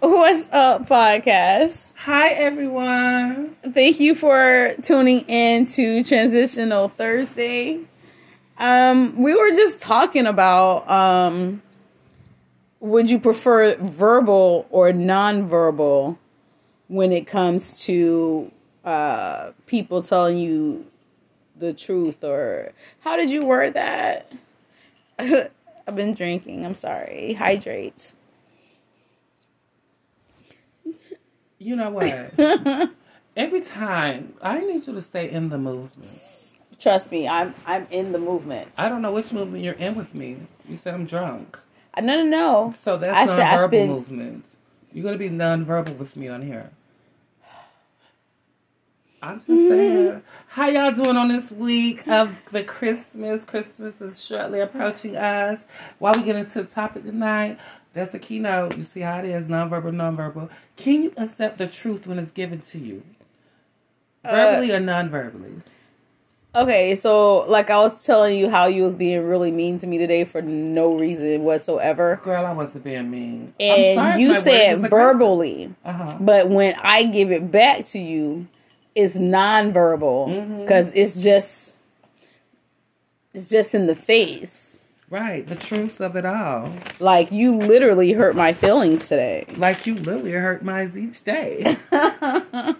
What's up, podcast? Hi, everyone. Thank you for tuning in to Transitional Thursday. Um, we were just talking about um, would you prefer verbal or nonverbal when it comes to uh, people telling you the truth, or how did you word that? I've been drinking. I'm sorry. Hydrate. You know what? Every time I need you to stay in the movement. Trust me, I'm I'm in the movement. I don't know which movement you're in with me. You said I'm drunk, I- No, no, no. so that's I said I've nonverbal been- movement. You're gonna be nonverbal with me on here. I'm just Mm-hmm. saying. How y'all doing on this week of the Christmas? Christmas is shortly approaching us. While we get into the topic tonight, that's the keynote. You see how it is nonverbal, nonverbal. Can you accept the truth when it's given to you? Uh, Verbally or non verbally? Okay, so like I was telling you how you was being really mean to me today for no reason whatsoever. Girl, I wasn't being mean. I'm And sorry if my you words said is aggressive. verbally, Uh-huh. but when I give it back to you, it's nonverbal Mhm. because it's just it's just in the face. Right, the truth of it all. Like you literally hurt my feelings today. Like you literally hurt mine each day.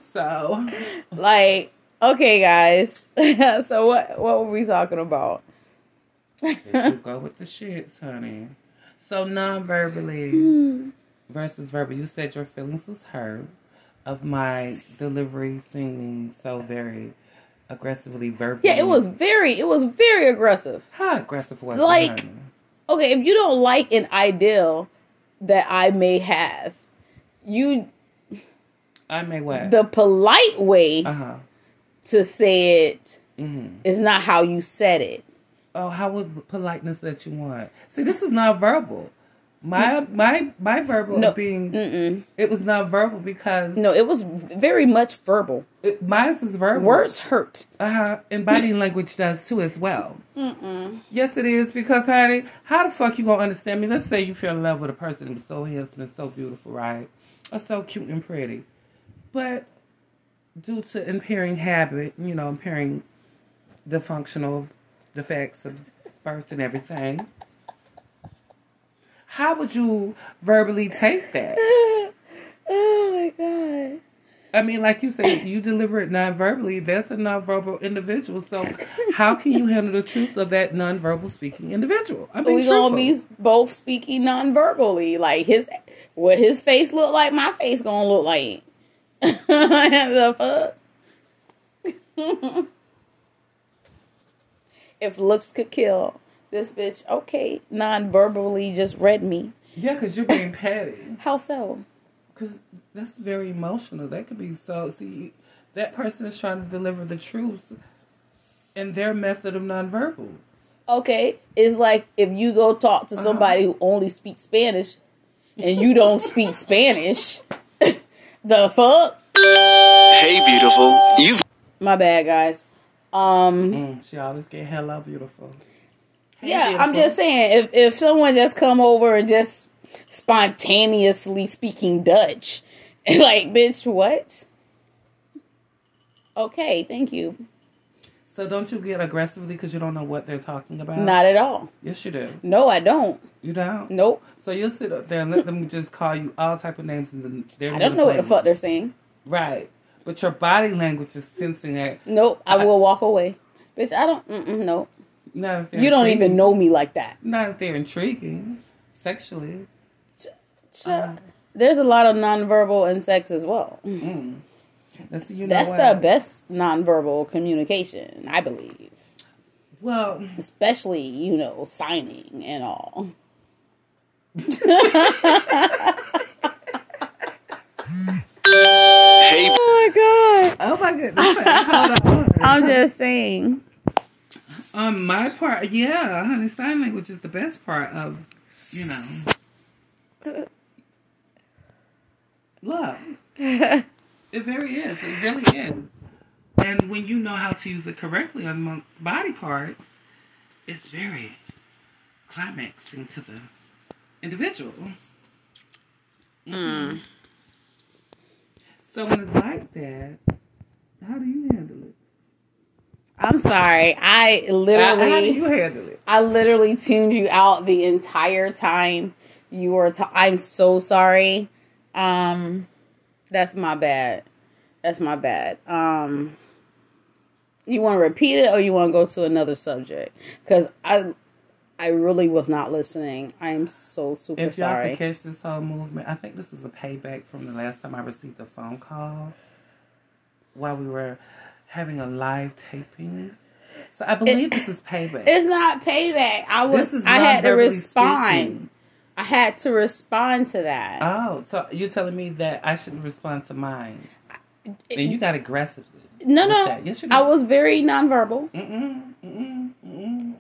so Like, okay, guys. so what what were we talking about? here you go with the shits, honey. So non-verbally Hmm. versus verbal. You said your feelings was hurt of my delivery seeming so very aggressively verbal. Yeah, it was very it was very aggressive. how aggressive was Like- it? honey? okay, if you don't like an ideal that I may have, you I may what? the polite way uh huh. to say it hmm is not how you said it. Oh, how would politeness that you want? See, this is non-verbal. My my my verbal Mm. No. being Mm-mm. it was non-verbal because No, it was very much verbal. It, mine is verbal. Words hurt. Uh-huh. And body language does too as well. Mm-mm. Yes, it is because, honey, how the fuck you gonna understand me? Let's say you fell in love with a person and so handsome and so beautiful, right? Or so cute and pretty, but due to impairing habit, you know, impairing the functional defects of birth and everything. How would you verbally take that? Oh my god. I mean, like you said, you deliver it non-verbally. That's a non-verbal individual. So, how can you handle the truth of that non-verbal speaking individual? I mean, We gonna be truthful. both speaking non-verbally. Like his, what his face look like, my face gonna look like. the fuck. if looks could kill, this bitch okay non-verbally just read me. yeah, because you're being petty. How so? Because that's very emotional. That could be so. See, that person is trying to deliver the truth in their method of non-verbal. Okay, it's like if you go talk to somebody who only speaks Spanish, and you don't speak Spanish. the fuck. Hey, beautiful. You've My bad, guys. Um. Mm, she always get hello beautiful. Hey, Yeah, I'm beautiful. just saying if if someone just come over and just spontaneously speaking Dutch, like bitch, what? Okay, thank you. So don't you get aggressively because you don't know what they're talking about? Not at all. Yes, you do. No, I don't. You don't. Nope. So you'll sit up there and let them just call you all type of names and then they're I don't know what the fuck they're saying. Right. But your body language is sensing that. Nope. I will walk away. Bitch, I don't. Mm-mm, nope. Not if they're You don't intriguing- even know me like that. Not if they're intriguing sexually. Ch- There's a lot of nonverbal in sex as well. Let's see, you know That's what? the best nonverbal communication, I believe. Well, Especially, you know, signing and all. hey. Oh my god. oh my goodness. Hold on. I'm just saying. On Um, my part, yeah, honey, sign language is the best part of, you know, love. It very is. It really is. And when you know how to use it correctly amongst body parts, it's very climaxing to the individual. Mm-hmm. So when it's like that, how do you handle it? I'm sorry. I How, how do literally, you handle it? I literally tuned you out the entire time you were. Ta- I'm so sorry. Um, that's my bad. That's my bad. Um, you want to repeat it or you want to go to another subject? Because I, I really was not listening. I am so super If y'all sorry. could catch this whole movement, I think this is a payback from the last time I received a phone call while we were having a live taping. So I believe this is payback. It's not payback. I was. this is I had to non-verbally respond. speaking. I had to respond to that. Oh, so you're telling me that I shouldn't respond to mine? And you got aggressively. no, no. Okay, yes, you I did. was very nonverbal. Mm-mm, mm-mm, mm-mm.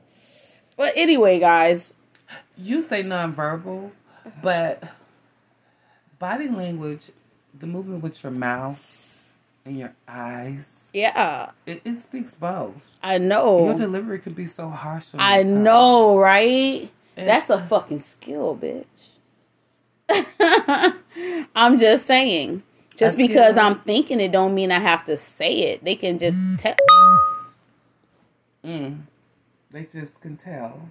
But anyway, guys, You say nonverbal, Uh-huh. but body language, the movement with your mouth and your eyes, yeah, it, it speaks both. I Your know. delivery could be so harsh. on I your tongue. know, right? And- That's a fucking skill, bitch. I'm just saying. Just A because skill. I'm thinking it don't mean I have to say it. They can just tell. Mm. They just can tell.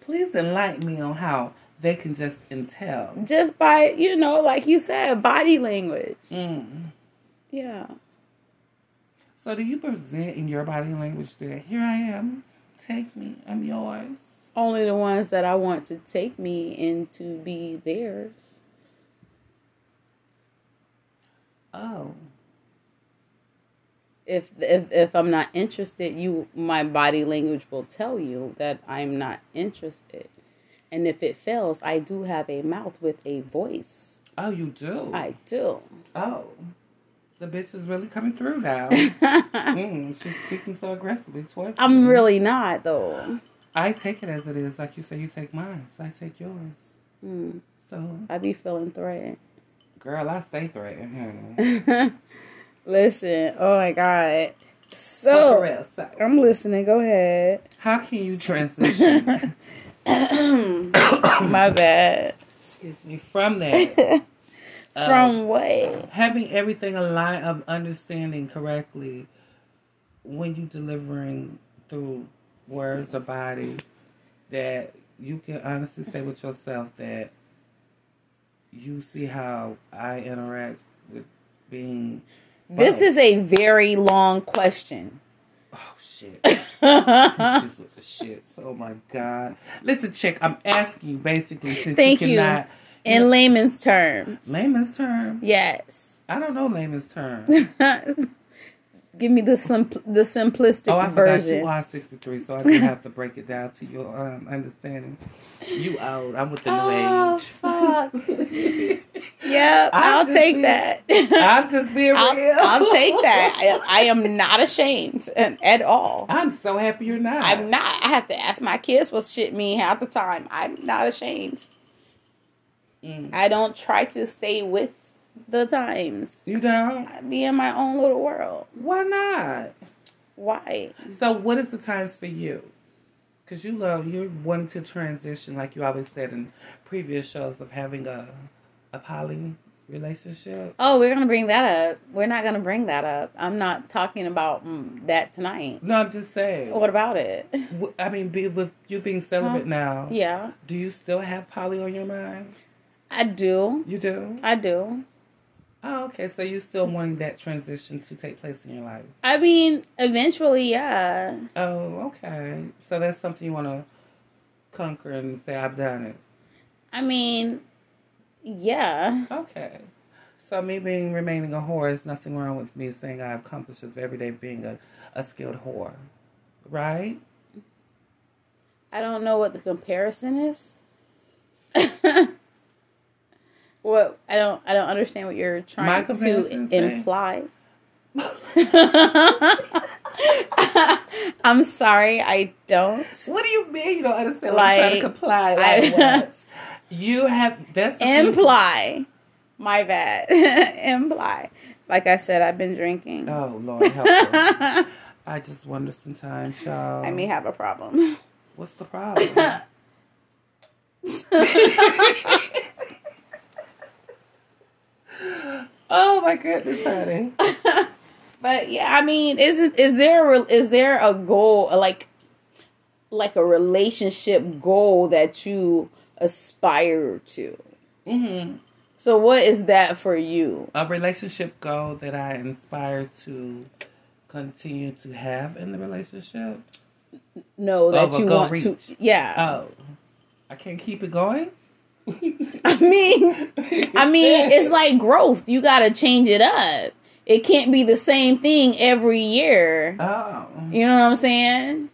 Please enlighten me on how they can just and tell. Just by, you know, like you said, body language. Mm. Yeah. So do you present in your body language that here I am, take me, I'm yours? Only the ones that I want to take me and to be theirs. Oh, If if if I'm not interested, you my body language will tell you that I'm not interested. And if it fails, I do have a mouth with a voice. oh, you do. I do. Oh, the bitch is really coming through now. mm, she's speaking so aggressively towards. I'm me. really not though. I take it as it is, like you say. You take mine, so I take yours. Mm, So, I be feeling threatened. girl, I stay threatened. honey. Listen. Oh my god. Fuck So around, so, I'm listening. Go ahead. how can you transition? my bad. Excuse me from that. uh, From what? having everything aligned of understanding correctly when you delivering through words or body that you can honestly say with yourself that you see how I interact with being This both. is a very long question. oh shit It's just with the shit oh my god listen chick I'm asking you basically since Thank you you. cannot In layman's terms. layman's term Yes. I don't know layman's term Give me the simp- the simplistic Oh, I forgot version. you are 63, so I do have to break it down to your um, understanding. You old. I'm with the new oh age. fuck. yep, I'm I'll just take being- that. I'm just being real. I'll, I'll take that. I, I am not ashamed and- at all. I'm so happy you're not. I'm not. I have to ask my kids what shit mean half the time. I'm not ashamed. Mm. I don't try to stay with the times. You don't? I be in my own little world. Why not? Why? So, what is the times for you? Because you love, you're wanting to transition, like you always said in previous shows, of having a, a poly relationship. Oh, we're gonna bring that up. We're not gonna bring that up. I'm not talking about mm, that tonight. No, I'm just saying. What about it? W- I mean, be, with you being celibate now, Yeah, do you still have poly on your mind? I do. You do? I do. Oh, okay. So you still wanting that transition to take place in your life? I mean, eventually, yeah. Oh, okay. So that's something you want to conquer and say I've done it. I mean, yeah. Okay. So me being remaining a whore is nothing wrong with me saying I accomplished it every day being a, a skilled whore, right? I don't know what the comparison is. what I don't I don't understand what you're My trying to comparison's saying- imply. I'm sorry, I don't. What do you mean you don't understand? Like, Like, I'm trying to comply. Like I- what? You have that's the thing- Imply. My bad. Imply. Like I said, I've been drinking. Oh Lord, help me. I just wonder sometimes, y'all. I may have a problem. what's the problem? like it this Saturday. But yeah, I mean, isn't is there a- is there a goal like like a relationship goal that you aspire to? hmm So what is that for you? A relationship goal that I inspire to continue to have in the relationship. No, that but you go want reach. to. Yeah, Oh, I can't keep it going. I mean, I mean, it's like growth. You gotta change it up. It can't be the same thing every year. oh, You know what I'm saying?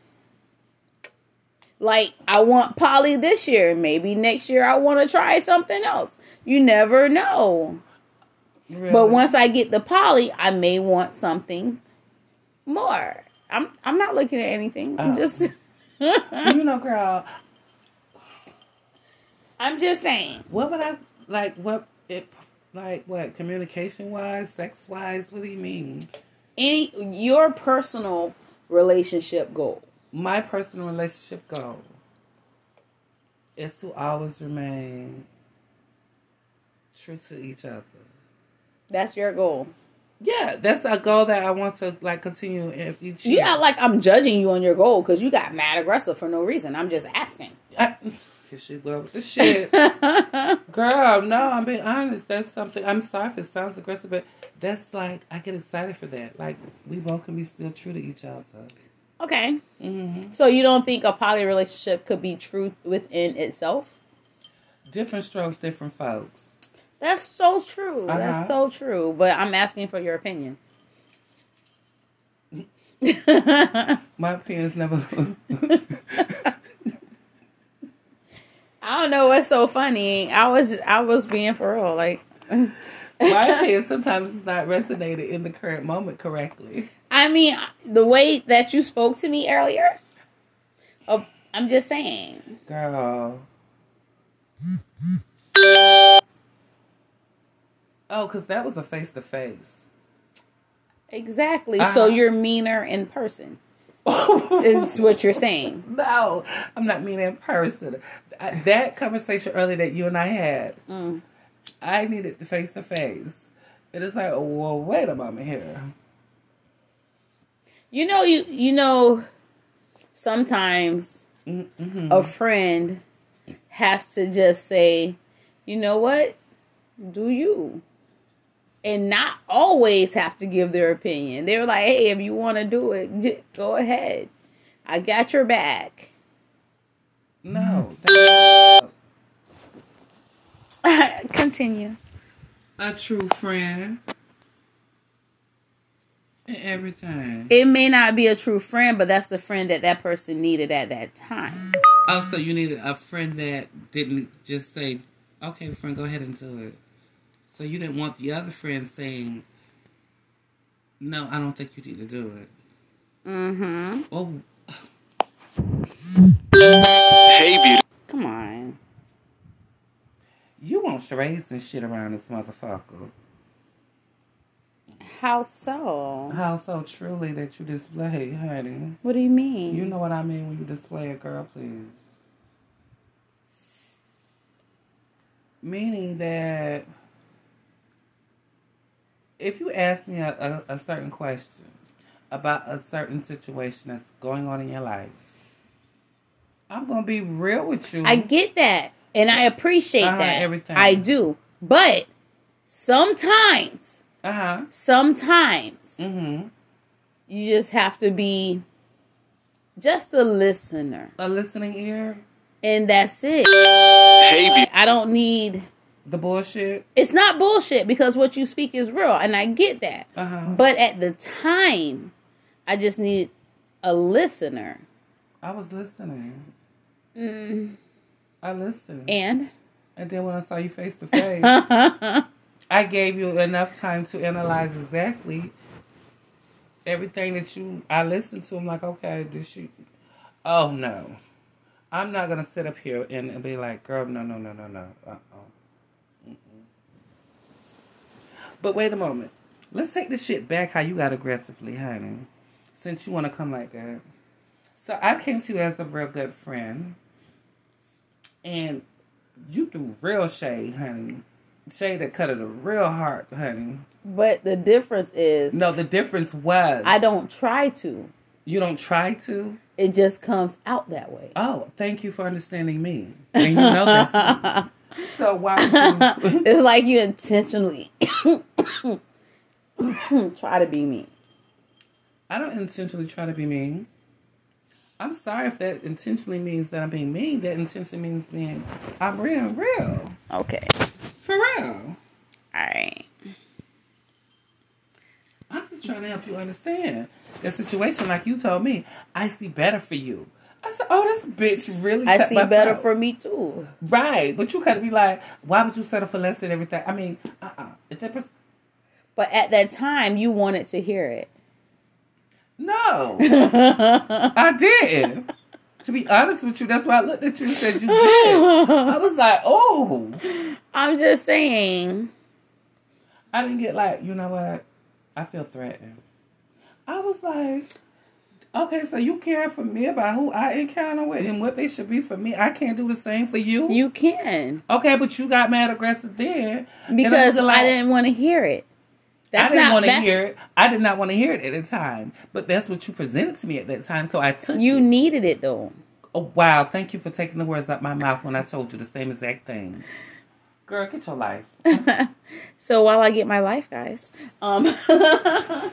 Like I want poly this year. Maybe next year I want to try something else. You never know. really? But once I get the poly, I may want something more. I'm I'm not looking at anything. I'm Oh. just you know, girl, I'm just saying. what would I like? What it like? What communication wise, sex wise? What do you mean? Any your personal relationship goal. My personal relationship goal is to always remain true to each other. That's your goal. Yeah, that's a goal that I want to like continue in each You year. not like I'm judging you on your goal because you got mad aggressive for no reason. I'm just asking. I, here she go with the shit. Girl, no, I'm being honest. That's something. I'm sorry if it sounds aggressive, but that's like I get excited for that. Like we both can be still true to each other. okay. hmm So you don't think a poly relationship could be true within itself? Different strokes, different folks. That's so true. Uh-huh. That's so true. But I'm asking for your opinion. My parents never. I don't know what's so funny. I was I was being for real. Like my parents sometimes is not resonated in the current moment correctly. I mean, the way that you spoke to me earlier. Oh, I'm just saying. Girl. Oh, because that was a face to face. Exactly. Uh-huh. So you're meaner in person. Is what you're saying. No, I'm not mean in person. I, that conversation earlier that you and I had, Mm. I needed the face to face. It is like, oh, well, wait a moment here. You know you you know sometimes Mm-hmm. a friend has to just say, "You know what? Do you?" And not always have to give their opinion. They were like, "Hey, if you want to do it, j- go ahead. I got your back." No. that's- Continue. a true friend. And everything. It may not be a true friend, but that's the friend that that person needed at that time. Also, you needed a friend that didn't just say, okay, friend, go ahead and do it. So you didn't want the other friend saying, no, I don't think you need to do it. Mm-hmm. Oh, Hey, beautiful. Come on. you want charades and shit around this motherfucker. How so? How so truly that you display, honey. What do you mean? You know what I mean when you display a girl, please. Meaning that if you ask me a, a, a certain question about a certain situation that's going on in your life, I'm gonna be real with you. I get that, and I appreciate Uh-huh, that. everything. I do, but sometimes, uh huh. sometimes Mm-hmm. you just have to be just the listener, A listening ear, and that's it. Hey, beautiful. I don't need. the bullshit. It's not bullshit because what you speak is real, and I get that. Uh huh. But at the time, I just need a listener, I was listening. mm, I listened. and And then when I saw you face to face, I I gave you enough time to analyze exactly everything that you. I listened to. I'm like, okay, did she? Oh no, I'm not gonna sit up here and be like, girl, no, no, no, no, no. Uh-uh. Mm-mm. But wait a moment. Let's take this shit back. How you got aggressively, honey? Since you want to come like that. So I came to you as a real good friend, and you threw real shade, honey. Shada cut it a real hard, honey. But the difference is No, the difference was I don't try to. you don't try to. It just comes out that way. Oh, thank you for understanding me. And you know that's so why would you it's like you intentionally try to be me. I don't intentionally try to be mean. I'm sorry if that intentionally means that I'm being mean. That intentionally means being I'm real, real. Okay. For All real. right. I'm just trying to help you understand the situation. Like you told me, I see better for you. I said, "Oh, this bitch really." I cut see my better throat. for me too. right, but you gotta be like, why would you settle for less than everything? I mean, uh, uh if that person, But at that time, you wanted to hear it. no, I did. to be honest with you, that's why I looked at you and said you did. I was like, oh, I'm just saying. I didn't get like, you know what? I feel threatened. I was like, okay, so you care for me about who I encounter with and what they should be for me. I can't do the same for you. You can okay, but you got mad aggressive then And I'm because just like, I didn't want to hear it. I That's didn't not want to that's, hear it. I did not want to hear it at the time, but that's what you presented to me at that time. So I took You It. needed it though. Oh wow! Thank you for taking the words out my mouth when I told you the same exact things. Girl, get your life. So while I get my life, guys, um, I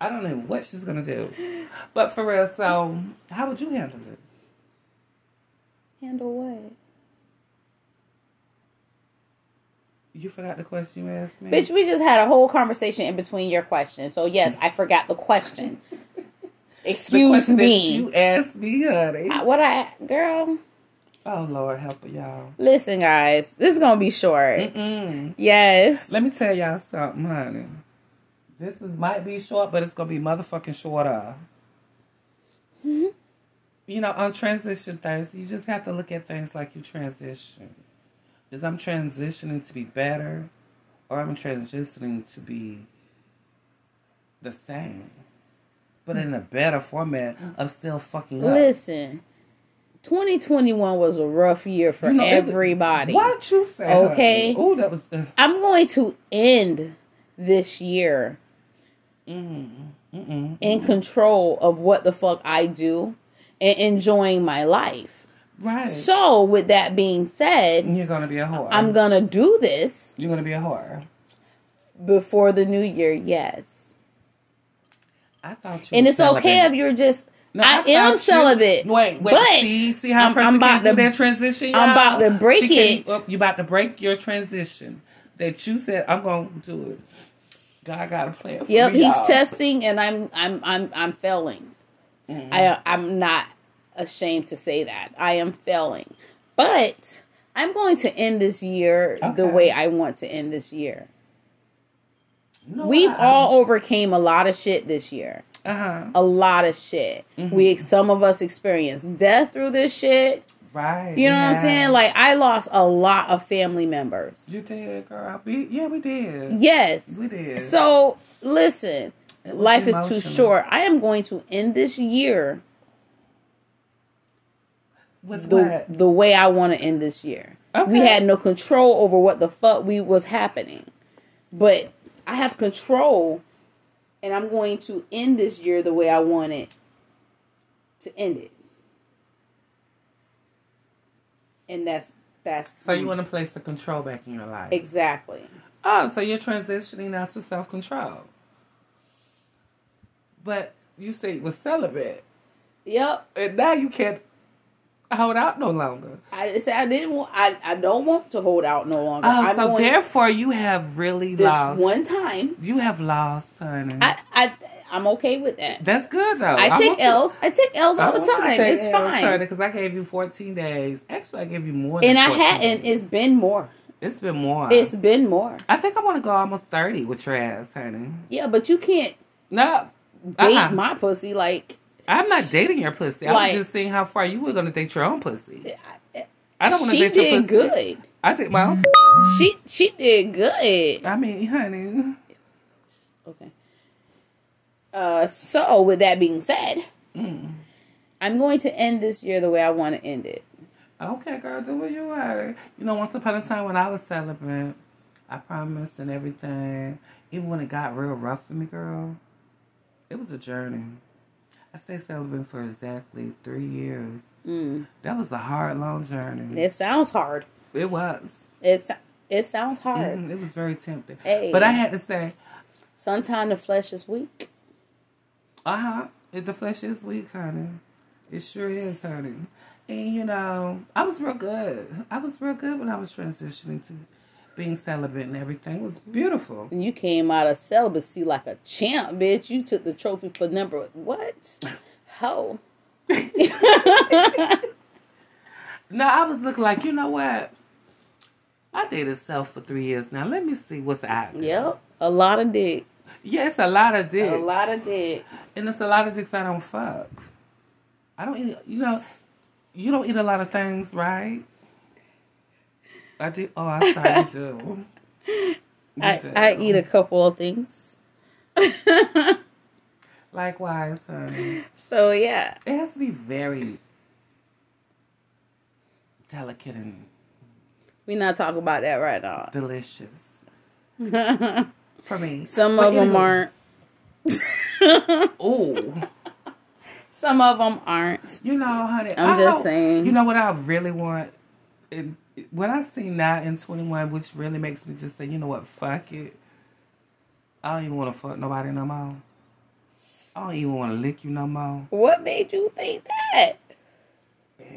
don't know what she's gonna do, but for real. So, how would you handle it? handle what? You forgot the question you asked me. Bitch, we just had a whole conversation in between your question. So yes, I forgot the question. The Excuse question that me. You asked me, honey. I- what I girl? Oh Lord, help her, y'all. Listen, guys, this is gonna be short. Mm-mm. Yes. Let me tell y'all something, honey. This is might be short, but it's gonna be motherfucking shorter. Mm-hmm. You know, on transition Thursday, you just have to look at things like you transition. Is I'm transitioning to be better, or I'm transitioning to be the same, but in a better format of still fucking up. Listen, 2021 was a rough year for You know, it was- everybody. What you say? Okay. Oh, that was. Uh, I'm going to end this year mm, mm-mm. in control of what the fuck I do and enjoying my life. Right. Mm-hmm. So, with that being said, You're gonna be a whore. I'm going to do this You're gonna be a whore. before the new year, yes. I thought you. And were it's okay celibate. if you're just, No, I, thought am you- celibate. wait, wait. But see, see how I'm- a person I'm about can do to- that transition. I'm y'all? about to break She can- it. oh, you about to break your transition that you said I'm gonna do it. God got a plan. For Yep, me, he's y'all. testing, and I'm I'm I'm I'm failing. Mm-hmm. I I'm not ashamed to say that I am failing, but I'm going to end this year the Okay. way I want to end this year. No, We've I- all overcame a lot of shit this year. uh-huh. A lot of shit. Mm-hmm. We some of us experienced death through this shit. right. You know what I'm yeah. saying? Like I lost a lot of family members. you did, girl. We, yeah, we did. Yes. We did. So listen, It was life is too emotional. short. I am going to end this year with the what? the way I want to end this year. We Okay. had no control over what the fuck we was happening, but I have control, and I'm going to end this year the way I want it to end it, and that's that's So you want to place the control back in your life. exactly Oh, so you're transitioning now to self control. But you say you were celibate, yep. and now you can't hold out no longer. I said I didn't want I I don't want to hold out no longer. Oh, I'm so going therefore you have really this lost. one time. you have lost, honey. I I I'm okay with that. That's good though. I take want you- L's. I take L's I all the want you to time. take It's L's, fine. honey, because I gave you 14 days. Actually, I gave you more. and than I 14 hadn't. days. It's been more. it's been more. It's been more. I think I want to go almost 30 with your ass, honey. Yeah, but you can't No, date uh-uh. my pussy like I'm not dating your pussy. I was Like- just seeing how far you were gonna date your own pussy. I don't want to eh, she date your pussy. did good. I date my own. She she did good. I mean, honey. Okay. Uh, so with that being said, Mm. I'm going to end this year the way I want to end it. Okay, girl, do what you are. You know, once upon a time when I was celibate, I promised and everything. Even when it got real rough for me, girl, it was a journey. I stayed celibate for exactly three years. Mm. That was a hard, long journey. It sounds hard. It was. It's it sounds hard. Mhm, it was very tempting. Hey. But I had to say, Sometimes the flesh is weak. Uh huh. The flesh is weak, honey. It sure is, honey. And you know, I was real good. I was real good when I was transitioning to being celibate and everything. It was beautiful. You came out of celibacy like a champ, bitch. You took the trophy for number what? How? No, I was looking like, you know what? I dated self for three years now. Let me see what's out. there. Yep. A lot of dick. Yeah, it's a lot of dicks. A lot of dick. and it's a lot of dicks I don't fuck. I don't eat. You know, you don't eat a lot of things, right? I do. Oh, I sorry, you do. You I, do. I eat a couple of things. Likewise, honey. So yeah. It has to be very delicate and We not talking about that right now. delicious for me. Some But of them anyway, aren't. Ooh, Some of them aren't. you know, honey. I'm I just hope- saying. You know what I really want. And what I see now in 21, which really makes me just say, you know what, fuck it. I don't even want to fuck nobody no more. I don't even want to lick you no more. What made you think that?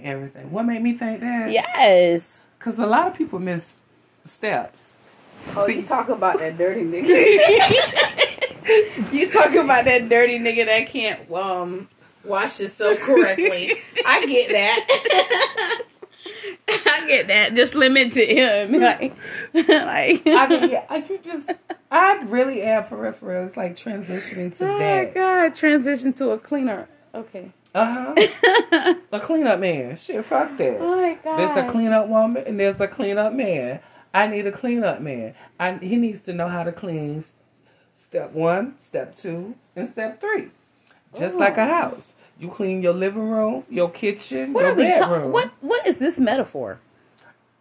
Everything. What made me think that? Yes. Because a lot of people miss steps. Oh, you talking about that dirty nigga. you talking about that dirty nigga that can't um wash yourself correctly. I get that. I get that. Just limit to him. Like, like I mean, yeah, I- you just, I really am for real, for real. It's like transitioning to oh my that. god, transition to a cleaner. Okay. Uh huh. oh The cleanup man. Shit, fuck that. my god. There's a cleanup woman and there's a cleanup man. I need a cleanup man. I, he needs to know how to clean step one, step two, and step three. Just like a house. You clean your living room, your kitchen, What your are we talking? bedroom. What What is this metaphor?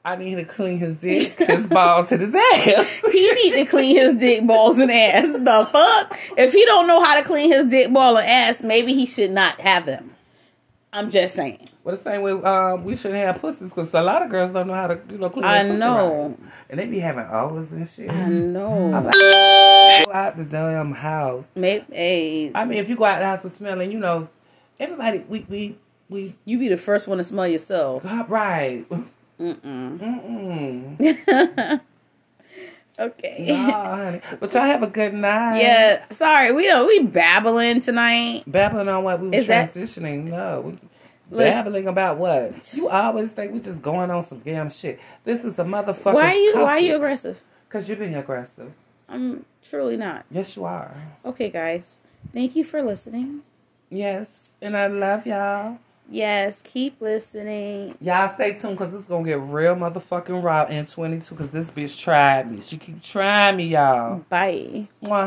I need to clean his dick, his balls, and his ass. He need to clean his dick balls and ass. The fuck? If he don't know how to clean his dick ball and ass, maybe he should not have them. I'm just saying. Well, the same way um, we shouldn't have pussies because a lot of girls don't know how to, you know, clean. I their pussy know. right. and they be having overs and shit. I know. Go out the damn house. Maybe hey, I mean, if you go out the house and smelling, you know, everybody we we we you be the first one to smell yourself. got right. Mm-mm. Mm-mm. Okay. Nah, honey. But y'all have a good night. Yeah. Sorry, we don't. We babbling tonight. Babbling on what we were Is that- transitioning. No. We, Let's- Babbling about what? You always think we just going on some damn shit. This is a motherfucker. Why are you Why are you aggressive? Because you're being aggressive. I'm truly not. Yes, you are. Okay, guys. Thank you for listening. Yes, and I love y'all. Yes, keep listening. Y'all stay tuned because it's gonna get real motherfucking raw in 22 because this bitch tried me. She keep trying me, y'all. Bye. Mwah.